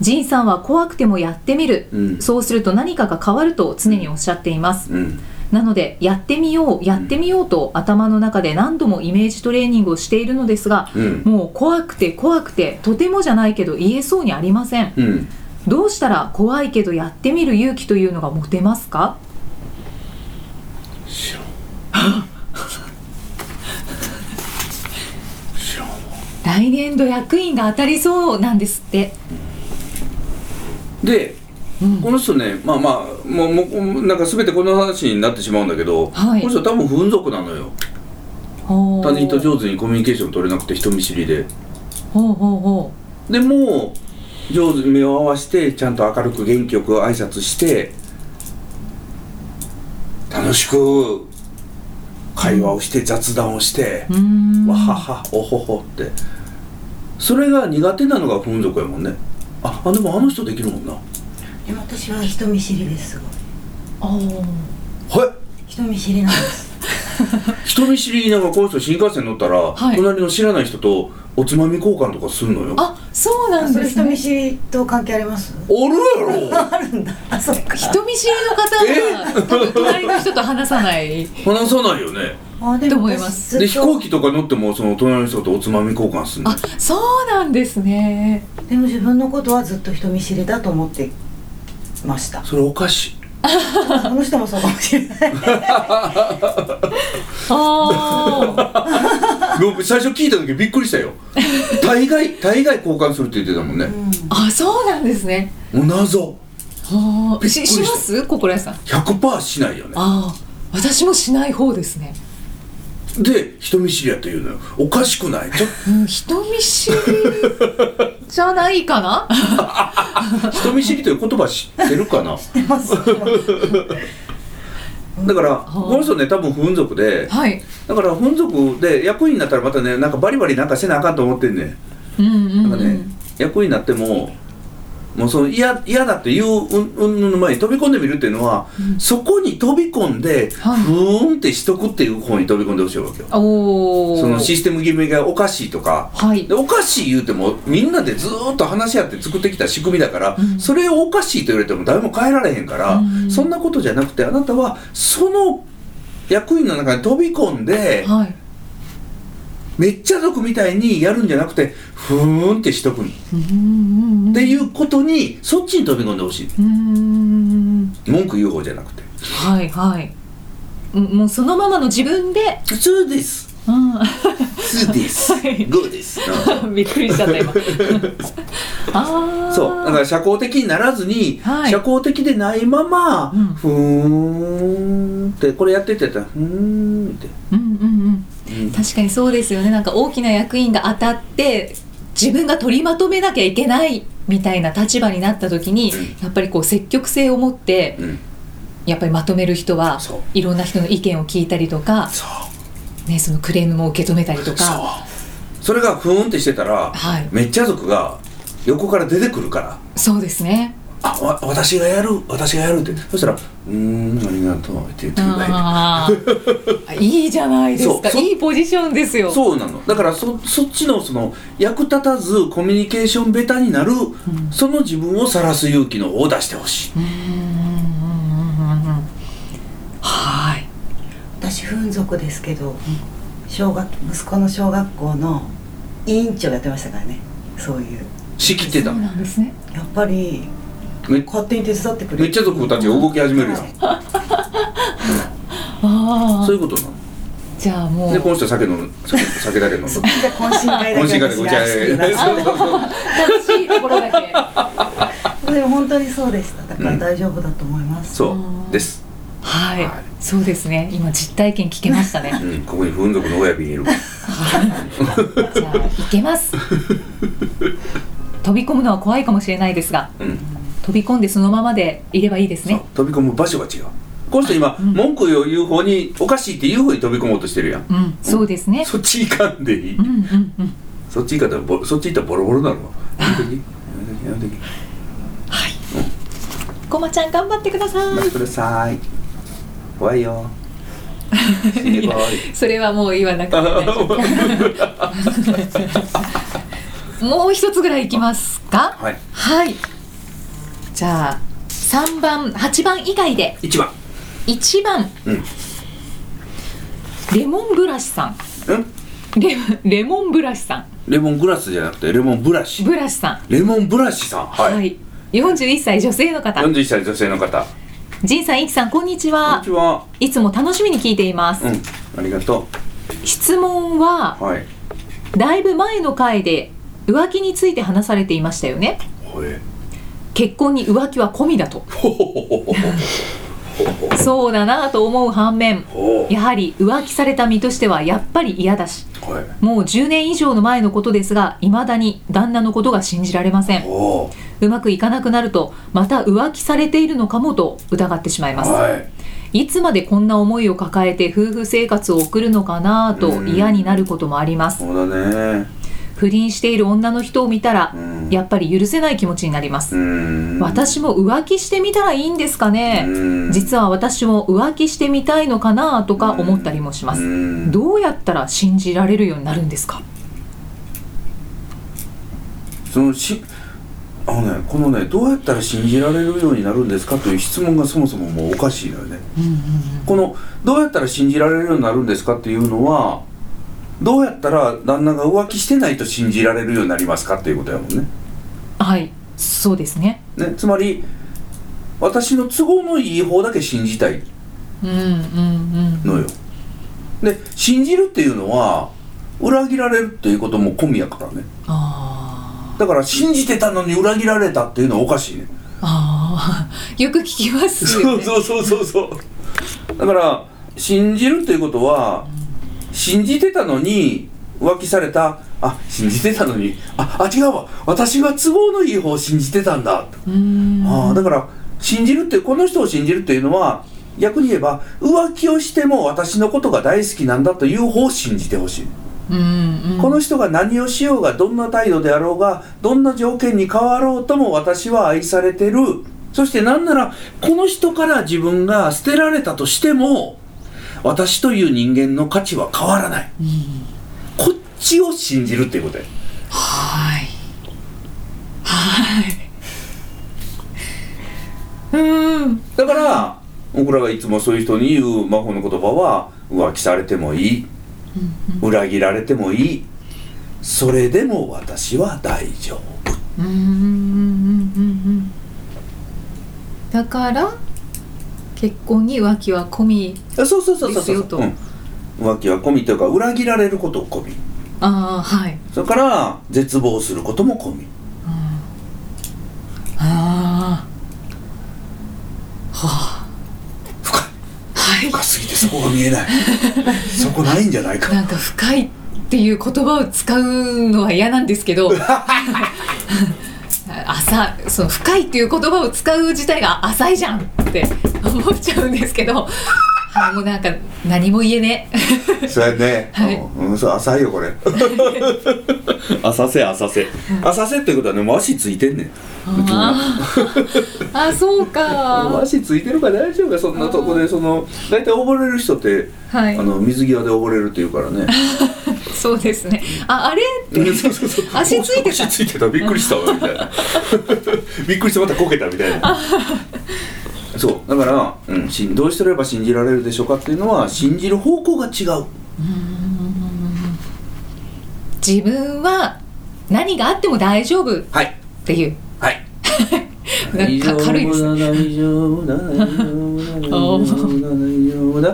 Speaker 1: ジンさんは怖くてもやってみる、
Speaker 2: うん
Speaker 1: そうすると何かが変わると常におっしゃっています、
Speaker 2: うん
Speaker 1: なのでやってみようやってみようと頭の中で何度もイメージトレーニングをしているのですが、
Speaker 2: うん
Speaker 1: もう怖くて怖くてとてもじゃないけど言えそうにありません
Speaker 2: うん
Speaker 1: どうしたら怖いけどやってみる勇気というのが持てますか
Speaker 2: 知らん知らんわ
Speaker 1: 来年度役員が当たりそうなんですって
Speaker 2: で、この人ねまあまあもうもうもうなんか全てこの話になってしまうんだけど、
Speaker 1: はい
Speaker 2: この人多分不運族なのよ
Speaker 1: ほう
Speaker 2: 他人と上手にコミュニケーション取れなくて人見知りで
Speaker 1: ほうほうほ
Speaker 2: でもう上手に目を合わせてちゃんと明るく元気よく挨拶して楽しく会話をして雑談をして
Speaker 1: ううー、ん
Speaker 2: わははおほほってそれが苦手なのが不運族やもんねああでもあの人できるもんな
Speaker 3: でも私は人見知りですすごい
Speaker 1: おー
Speaker 2: はい
Speaker 3: 人見知りなんです
Speaker 2: 人見知りながらこの人新幹線乗ったら、
Speaker 1: はい
Speaker 2: 隣の知らない人とおつまみ交換とかするのよ
Speaker 1: あそうなん
Speaker 3: そ
Speaker 1: で
Speaker 3: れ
Speaker 1: す
Speaker 3: 人見
Speaker 1: ね
Speaker 3: 知りと関係あります
Speaker 2: おる
Speaker 1: [LAUGHS]
Speaker 2: やろ
Speaker 3: あるんだあそっか
Speaker 1: 人見知りの方は多分隣の人と話さない
Speaker 2: 話さないよね
Speaker 3: あで
Speaker 1: と
Speaker 3: も
Speaker 1: 思います
Speaker 3: 私
Speaker 2: で
Speaker 3: ず
Speaker 2: 飛
Speaker 3: っと
Speaker 2: 行機とか乗ってもその隣の人とおつまみ交換するの
Speaker 1: あそうなんですね
Speaker 3: でも自分のことはずっと人見知りだと思ってま
Speaker 2: [LAUGHS]
Speaker 3: した
Speaker 2: それおかしい
Speaker 3: この人もそうかもしれない
Speaker 1: あ
Speaker 2: 僕最初聞いた時びっくりし
Speaker 1: [LAUGHS]
Speaker 2: たよ大概大概交換するって言ってたもんね、
Speaker 1: ーあそうなんですね
Speaker 2: もう謎
Speaker 1: はあ
Speaker 2: びっく
Speaker 1: し
Speaker 2: り
Speaker 1: し
Speaker 2: した
Speaker 1: ます心屋さん
Speaker 2: 100%しないよね
Speaker 1: ああ私もしない方ですね、
Speaker 2: で人見知りやって言うのよおかしくないちょ
Speaker 1: うん、人見知りじゃないかな
Speaker 2: 人見知りという言葉知ってるかな
Speaker 1: [LAUGHS]
Speaker 3: 出ます
Speaker 2: だからこの人ね多分不運族で、
Speaker 1: はい
Speaker 2: だから本族で役員になったらまたねなんかバリバリなんかせなあかんと思ってんね
Speaker 1: う
Speaker 2: ん
Speaker 1: んうん、
Speaker 2: な
Speaker 1: うんん
Speaker 2: かね、役員になってももうその嫌嫌だっていううんうんぬの前に飛び込んでみるっていうのは、そこに飛び込んで、
Speaker 1: はい
Speaker 2: ふーんってしとくっていう方に飛び込んでほしいわけよ
Speaker 1: おお
Speaker 2: そのシステム決めがおかしいとか
Speaker 1: はい
Speaker 2: でおかしい言うてもみんなでずーっと話し合って作ってきた仕組みだから、
Speaker 1: うん
Speaker 2: それをおかしいと言われても誰も変えられへんから、
Speaker 1: うん
Speaker 2: そんなことじゃなくてあなたはその役員の中に飛び込んで、
Speaker 1: はい
Speaker 2: めっちゃ族みたいにやるんじゃなくてふーんってしとくんっ
Speaker 1: うんうんうん
Speaker 2: ていうことにそっちに飛び込んでほしい
Speaker 1: うん
Speaker 2: 文句言う方じゃなくて
Speaker 1: はいはいうんもうそのままの自分で、
Speaker 2: 普通です
Speaker 1: う
Speaker 2: 普
Speaker 1: [LAUGHS]
Speaker 2: 通です
Speaker 1: はい
Speaker 2: グーです、
Speaker 1: ん、 [LAUGHS] びっくりしちゃっ
Speaker 2: [LAUGHS]
Speaker 1: た今ああ
Speaker 2: そうだから社交的にならずに、
Speaker 1: はい
Speaker 2: 社交的でないまま、
Speaker 1: うん
Speaker 2: ふーんってこれやってってやったらふーんって、
Speaker 1: うんうん
Speaker 2: う
Speaker 1: うんん確かにそうですよねなんか大きな役員が当たって自分が取りまとめなきゃいけないみたいな立場になった時に
Speaker 2: う
Speaker 1: やっぱりこう積極性を持って
Speaker 2: うん、
Speaker 1: やっぱりまとめる人は
Speaker 2: そう
Speaker 1: いろんな人の意見を聞いたりとか、
Speaker 2: そ
Speaker 1: ね、そのクレームも受け止めたりと
Speaker 2: うそう
Speaker 1: か
Speaker 2: それがふーんってしてたら、
Speaker 1: はい
Speaker 2: めっちゃ族が横から出てくるから
Speaker 1: そうですね
Speaker 2: あわ私がやる私がやるってそしたら「うーんありがとう」って言ってくればいい
Speaker 1: あーいいじゃないですか
Speaker 2: そうそう
Speaker 1: いいポジションですよ
Speaker 2: そうなのだからそそっちのその役立たずコミュニケーションベタになる、その自分を晒す勇気の方を出してほしい、
Speaker 1: うーんうんうんうんうんはい
Speaker 3: 私不運族ですけど小学息子の小学校の委員長やってましたからねそういう
Speaker 2: 仕切ってた
Speaker 1: そうなんですね
Speaker 3: やっぱり
Speaker 2: め
Speaker 3: 勝手に手伝ってくれる
Speaker 2: めっちゃ族たちが動き始めるやん
Speaker 1: あ
Speaker 2: そういうことな
Speaker 1: あじゃあも
Speaker 2: のでこの
Speaker 1: う
Speaker 2: 人は酒飲む酒酒だけ飲む
Speaker 3: じゃあ懇親会だ
Speaker 2: 懇
Speaker 3: け
Speaker 2: 親会で
Speaker 3: 私
Speaker 2: ご
Speaker 3: が
Speaker 2: ちゃ
Speaker 3: してください
Speaker 1: 楽しいところだけ
Speaker 3: でも本当にそうでしただから
Speaker 2: うん
Speaker 3: 大丈夫だと思います、
Speaker 2: そうです、
Speaker 1: はい、
Speaker 2: はい
Speaker 1: そうですね今実体験聞けましたね
Speaker 2: うん、ここに風俗の親指にいる
Speaker 1: じゃあいけます飛び込むのは怖いかもしれないですが
Speaker 2: うん
Speaker 1: 飛び込んでそのままでいればいいです
Speaker 2: そう
Speaker 1: ね
Speaker 2: 飛び込む場所が違うこの人今、文句を言う方におかしいって言う方に飛び込もうとしてるやん、
Speaker 1: うんそうですね
Speaker 2: そっち行かんでいい、
Speaker 1: うんうんうん
Speaker 2: そっち行かんだらボそっち行ったらボロボロ [LAUGHS] なるわやめときやめときやめとき
Speaker 1: はいこまちゃん頑張ってくださ
Speaker 2: 待ってください。怖いよ。死んでこい。
Speaker 1: い
Speaker 2: [LAUGHS]
Speaker 1: それはもう言わなくて大丈 [LAUGHS] 夫もう一つぐらいいきますか
Speaker 2: はい
Speaker 1: はいじゃあ3番8番以外で
Speaker 2: 一番。
Speaker 1: 1番、
Speaker 2: うん
Speaker 1: レモンブラシさ
Speaker 2: うん？
Speaker 1: んレレモンブラシさ
Speaker 2: レモングラスじゃなくてレモンブラ
Speaker 1: ん
Speaker 2: シ。
Speaker 1: ブラシさん
Speaker 2: レモンブラシさん。
Speaker 1: は。い、41歳女性の方
Speaker 2: 四十歳女性の方。
Speaker 1: 仁さん、いきさん、こんにち
Speaker 2: こん
Speaker 1: は
Speaker 2: にち。は。
Speaker 1: いつも楽しみに聞いています。
Speaker 2: うん、ありがと
Speaker 1: 質問は
Speaker 2: う。はい。
Speaker 1: だいぶ前の回で浮気について話されていましたよね。
Speaker 2: ほえ。
Speaker 1: 結婚に浮気は込みだと。
Speaker 2: ほほほほほ
Speaker 1: そうだなぁと思う反面、
Speaker 2: ほ
Speaker 1: やはり浮気された身としてはやっぱり嫌だし、
Speaker 2: ほ。はい。
Speaker 1: もう10年以上の前のことですが、未だに旦那のことが信じられません。
Speaker 2: ほ。
Speaker 1: うまくいかなくなると、また浮気されているのかもと疑ってしまいうます。
Speaker 2: はい。
Speaker 1: いつまでこんな思いを抱えて夫婦生活を送るのかなぁと
Speaker 2: うん
Speaker 1: 嫌になることもあります。
Speaker 2: そうだね。
Speaker 1: 不倫している女の人を見たら
Speaker 2: う、ん。
Speaker 1: やっぱり許せない気持ちになります
Speaker 2: う。ん。。
Speaker 1: 私も浮気してみたらいいんですかね。
Speaker 2: うん。
Speaker 1: 実は私も浮気してみたいのかなぁとか思ったりもしま
Speaker 2: う
Speaker 1: す。
Speaker 2: ん。
Speaker 1: どうやったら信じられるようになるんですか。
Speaker 2: そのし。あのね、このね、どうやったら信じられるようになるんですかという質問がそもそももうおかしいのよね。このどうやったら信じられるようになるんですかっていうのはどうやったら旦那が浮気してないと信じられるようになりますかっていうことやもんね
Speaker 1: はい、そうですね。
Speaker 2: ねつまり私の都合のいい方だけ信じたい
Speaker 1: うんうんうん。
Speaker 2: のよで信じるっていうのは裏切られるっていうことも込みやからね
Speaker 1: あ
Speaker 2: だから信じてたのに裏切られたっていうのはおかしいね
Speaker 1: ーあー、よく聞きますよ
Speaker 2: そう
Speaker 1: ね。
Speaker 2: そうそうそうそうだから信じるということは信じてたのに浮気されたあ信じてたのにああ違うわ私は都合のいい方を信じてたんだ、
Speaker 1: うん。
Speaker 2: あーだから信じるってこの人を信じるっていうのは逆に言えば浮気をしても私のことが大好きなんだという方を信じてほしい、
Speaker 1: うんうん。
Speaker 2: この人が何をしようがどんな態度であろうがどんな条件に変わろうとも私は愛されてるそしてなんならこの人から自分が捨てられたとしても私という人間の価値は変わらない、こっちを信じるっていうことや
Speaker 1: はい。はい。うん。
Speaker 2: だから僕らがいつもそういう人に言う魔法の言葉は浮気されてもいい裏切られてもいいそれでも私は大丈夫
Speaker 1: うんうんうんうん。だから結婚に浮気は込み。
Speaker 2: そうそうそうそう
Speaker 1: で
Speaker 2: そう
Speaker 1: す
Speaker 2: そう
Speaker 1: よと
Speaker 2: うん、浮気は込みというか裏切られることを込み
Speaker 1: ああはい。
Speaker 2: それから絶望することも込み
Speaker 1: ああ。は
Speaker 2: 深い
Speaker 1: あ。はい。
Speaker 2: 深すぎてそこが見え [LAUGHS] ないそこないんじゃないか
Speaker 1: [LAUGHS] なんか深いっていう言葉を使うのは嫌なんですけど浅その深いっていう言葉を使う自体が浅いじゃんって思っちゃうんですけどあもうなんか何も言えねえ
Speaker 2: そうやね、
Speaker 1: はい
Speaker 2: うんうんそう浅いよこれ [LAUGHS] 浅瀬浅瀬浅瀬ってことはねもう足ついてんねん
Speaker 1: あー [LAUGHS] あそうか
Speaker 2: 足ついてるから大丈夫かそんなとこでその大体溺れる人って、
Speaker 1: はい
Speaker 2: あの水際で溺れるっていうからね
Speaker 1: そうですねああれって
Speaker 2: うんそうそうそう
Speaker 1: 足ついてた
Speaker 2: 足ついてたびっくりしたわみたいなびっくりしてまたこけたみたいなそうだから、うん、しどうすれば信じられるでしょうかっていうのは信じる方向が違う
Speaker 1: 自分は何があっても大丈夫っ
Speaker 2: はい
Speaker 1: ていう
Speaker 2: はい
Speaker 1: なんか軽いですね
Speaker 2: 大丈夫だ大丈夫だ大丈夫だ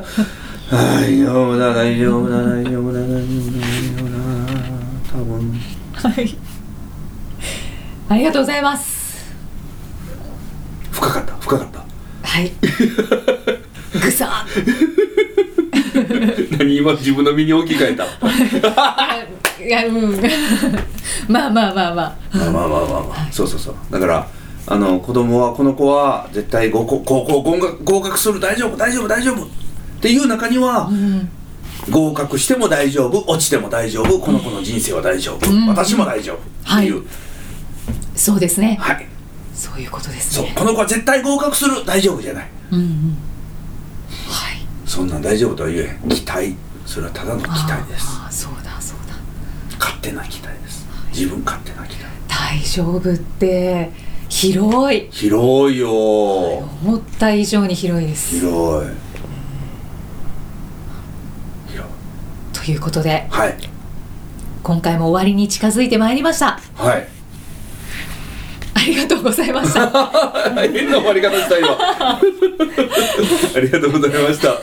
Speaker 2: 大丈夫だ大丈夫だ大丈夫だ大丈夫だ大丈夫だ大丈夫だ大丈夫だ多分
Speaker 1: はいありがとうございます
Speaker 2: 深かった深かった
Speaker 1: はいぐさーっ
Speaker 2: 何今自分の身に置き換えた
Speaker 1: [LAUGHS] いやうん [LAUGHS] まあまあまあまあ
Speaker 2: まあまあまあまあ、まあ、そうそうそうだからあの子供はこの子は絶対合格高校合格合格する大丈夫大丈夫大丈夫っていう中には、合格しても大丈夫落ちても大丈夫この子の人生は大丈夫、
Speaker 1: うん
Speaker 2: 私も大丈夫っていう
Speaker 1: そうですね
Speaker 2: はい、
Speaker 1: そういうことです
Speaker 2: そう
Speaker 1: ね
Speaker 2: この子は絶対合格する大丈夫じゃない
Speaker 1: うんうんはい
Speaker 2: そんなん大丈夫とは言えへん期待それはただの期待です
Speaker 1: ああそうだそうだ
Speaker 2: 勝手な期待です自分勝手な期待
Speaker 1: 大丈夫って広い
Speaker 2: 広いよー
Speaker 1: 思った以上に広いです
Speaker 2: 広い広い
Speaker 1: ということで
Speaker 2: はい
Speaker 1: [LAUGHS] 今回も終わりに近づいてまいりました
Speaker 2: はい
Speaker 1: ありがとうございました。
Speaker 4: [LAUGHS] 変な終わり方 [LAUGHS] した今ありがとうございました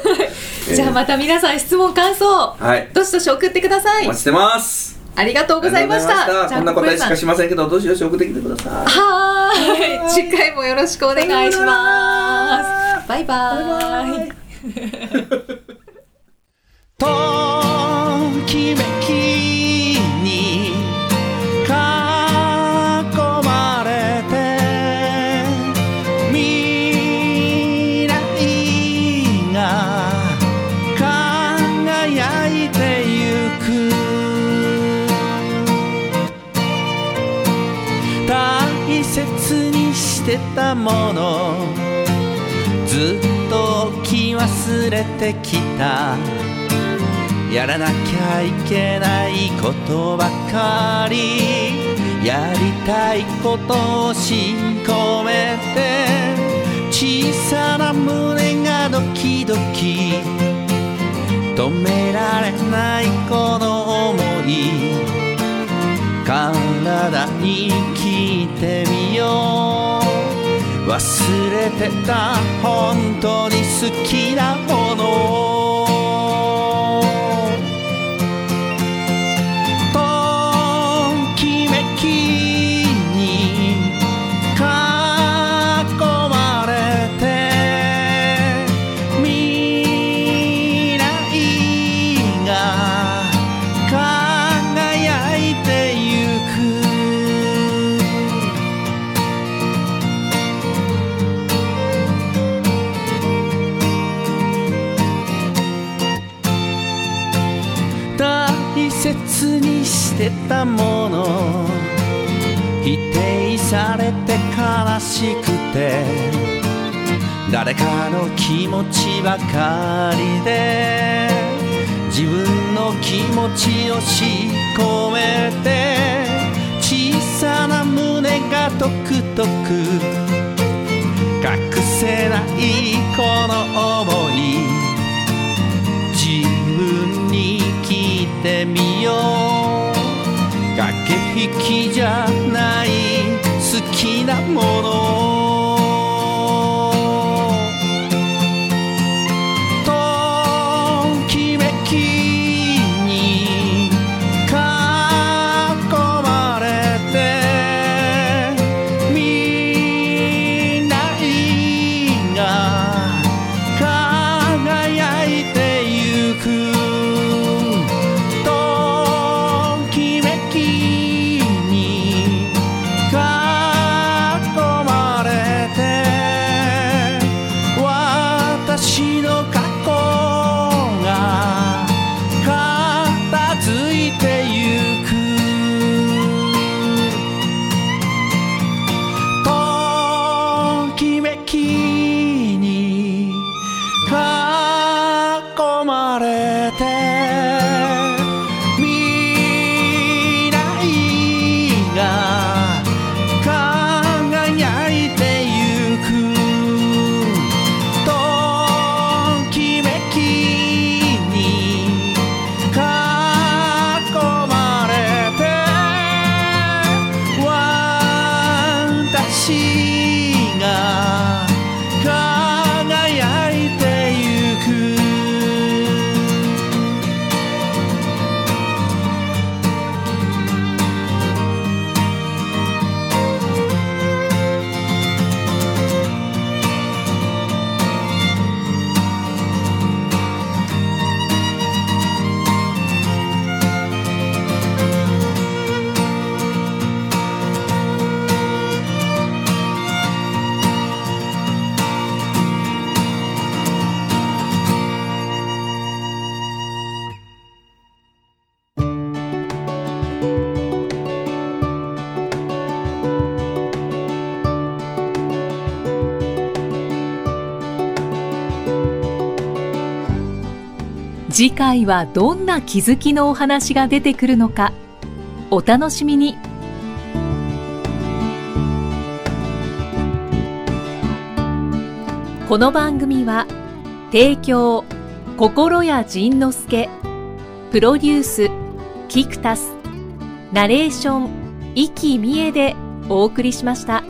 Speaker 1: じゃあまた皆さん質問感想、
Speaker 4: はい
Speaker 1: どしどし送ってくださ
Speaker 4: お
Speaker 1: い
Speaker 4: 待。ちしてます
Speaker 1: ありがとうございまし
Speaker 4: ありがとうご
Speaker 1: た。
Speaker 4: ざいまこんな答えしか
Speaker 1: じ
Speaker 4: しませんけどどしどし送ってきてください
Speaker 1: ゃあ小暮さんはーい、次回もよろしくお願いします。バイバイ。
Speaker 2: ときめきに囲まれて未来が輝いてゆく大切にしてたものずっと置き忘れてきたやらなきゃいけないことばかりやりたいことを信込めて小さな胸がドキドキ止められないこの想い体に聞いてみよう忘れてた本当に好きなものをときめきに囲まれて未来が輝いてゆく大切にしてたもの否定されて悲しくて誰かの気持ちばかりで自分の気持ちをし込めて小さな胸がとくとく隠せないこの想い自分に聞いてみよう駆け引きじゃない好きなものときめきに囲まれて未来が輝いてゆくときめきに囲まれて私の過去が片付いてゆくときめきに囲まれて未来が輝いてゆくときめきに囲まれて私が輝いてゆく
Speaker 1: 次回はどんな気づきのお話が出てくるのかお楽しみにこの番組は提供心谷仁之助プロデュースキクタスナレーション生きみえでお送りしました。